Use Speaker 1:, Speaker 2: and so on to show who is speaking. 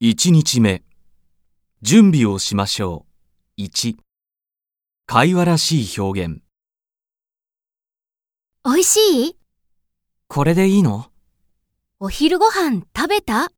Speaker 1: 1日目、準備をしましょう。1、会話らしい表現。
Speaker 2: おいしい
Speaker 1: これでいいの
Speaker 2: お昼ご飯食べた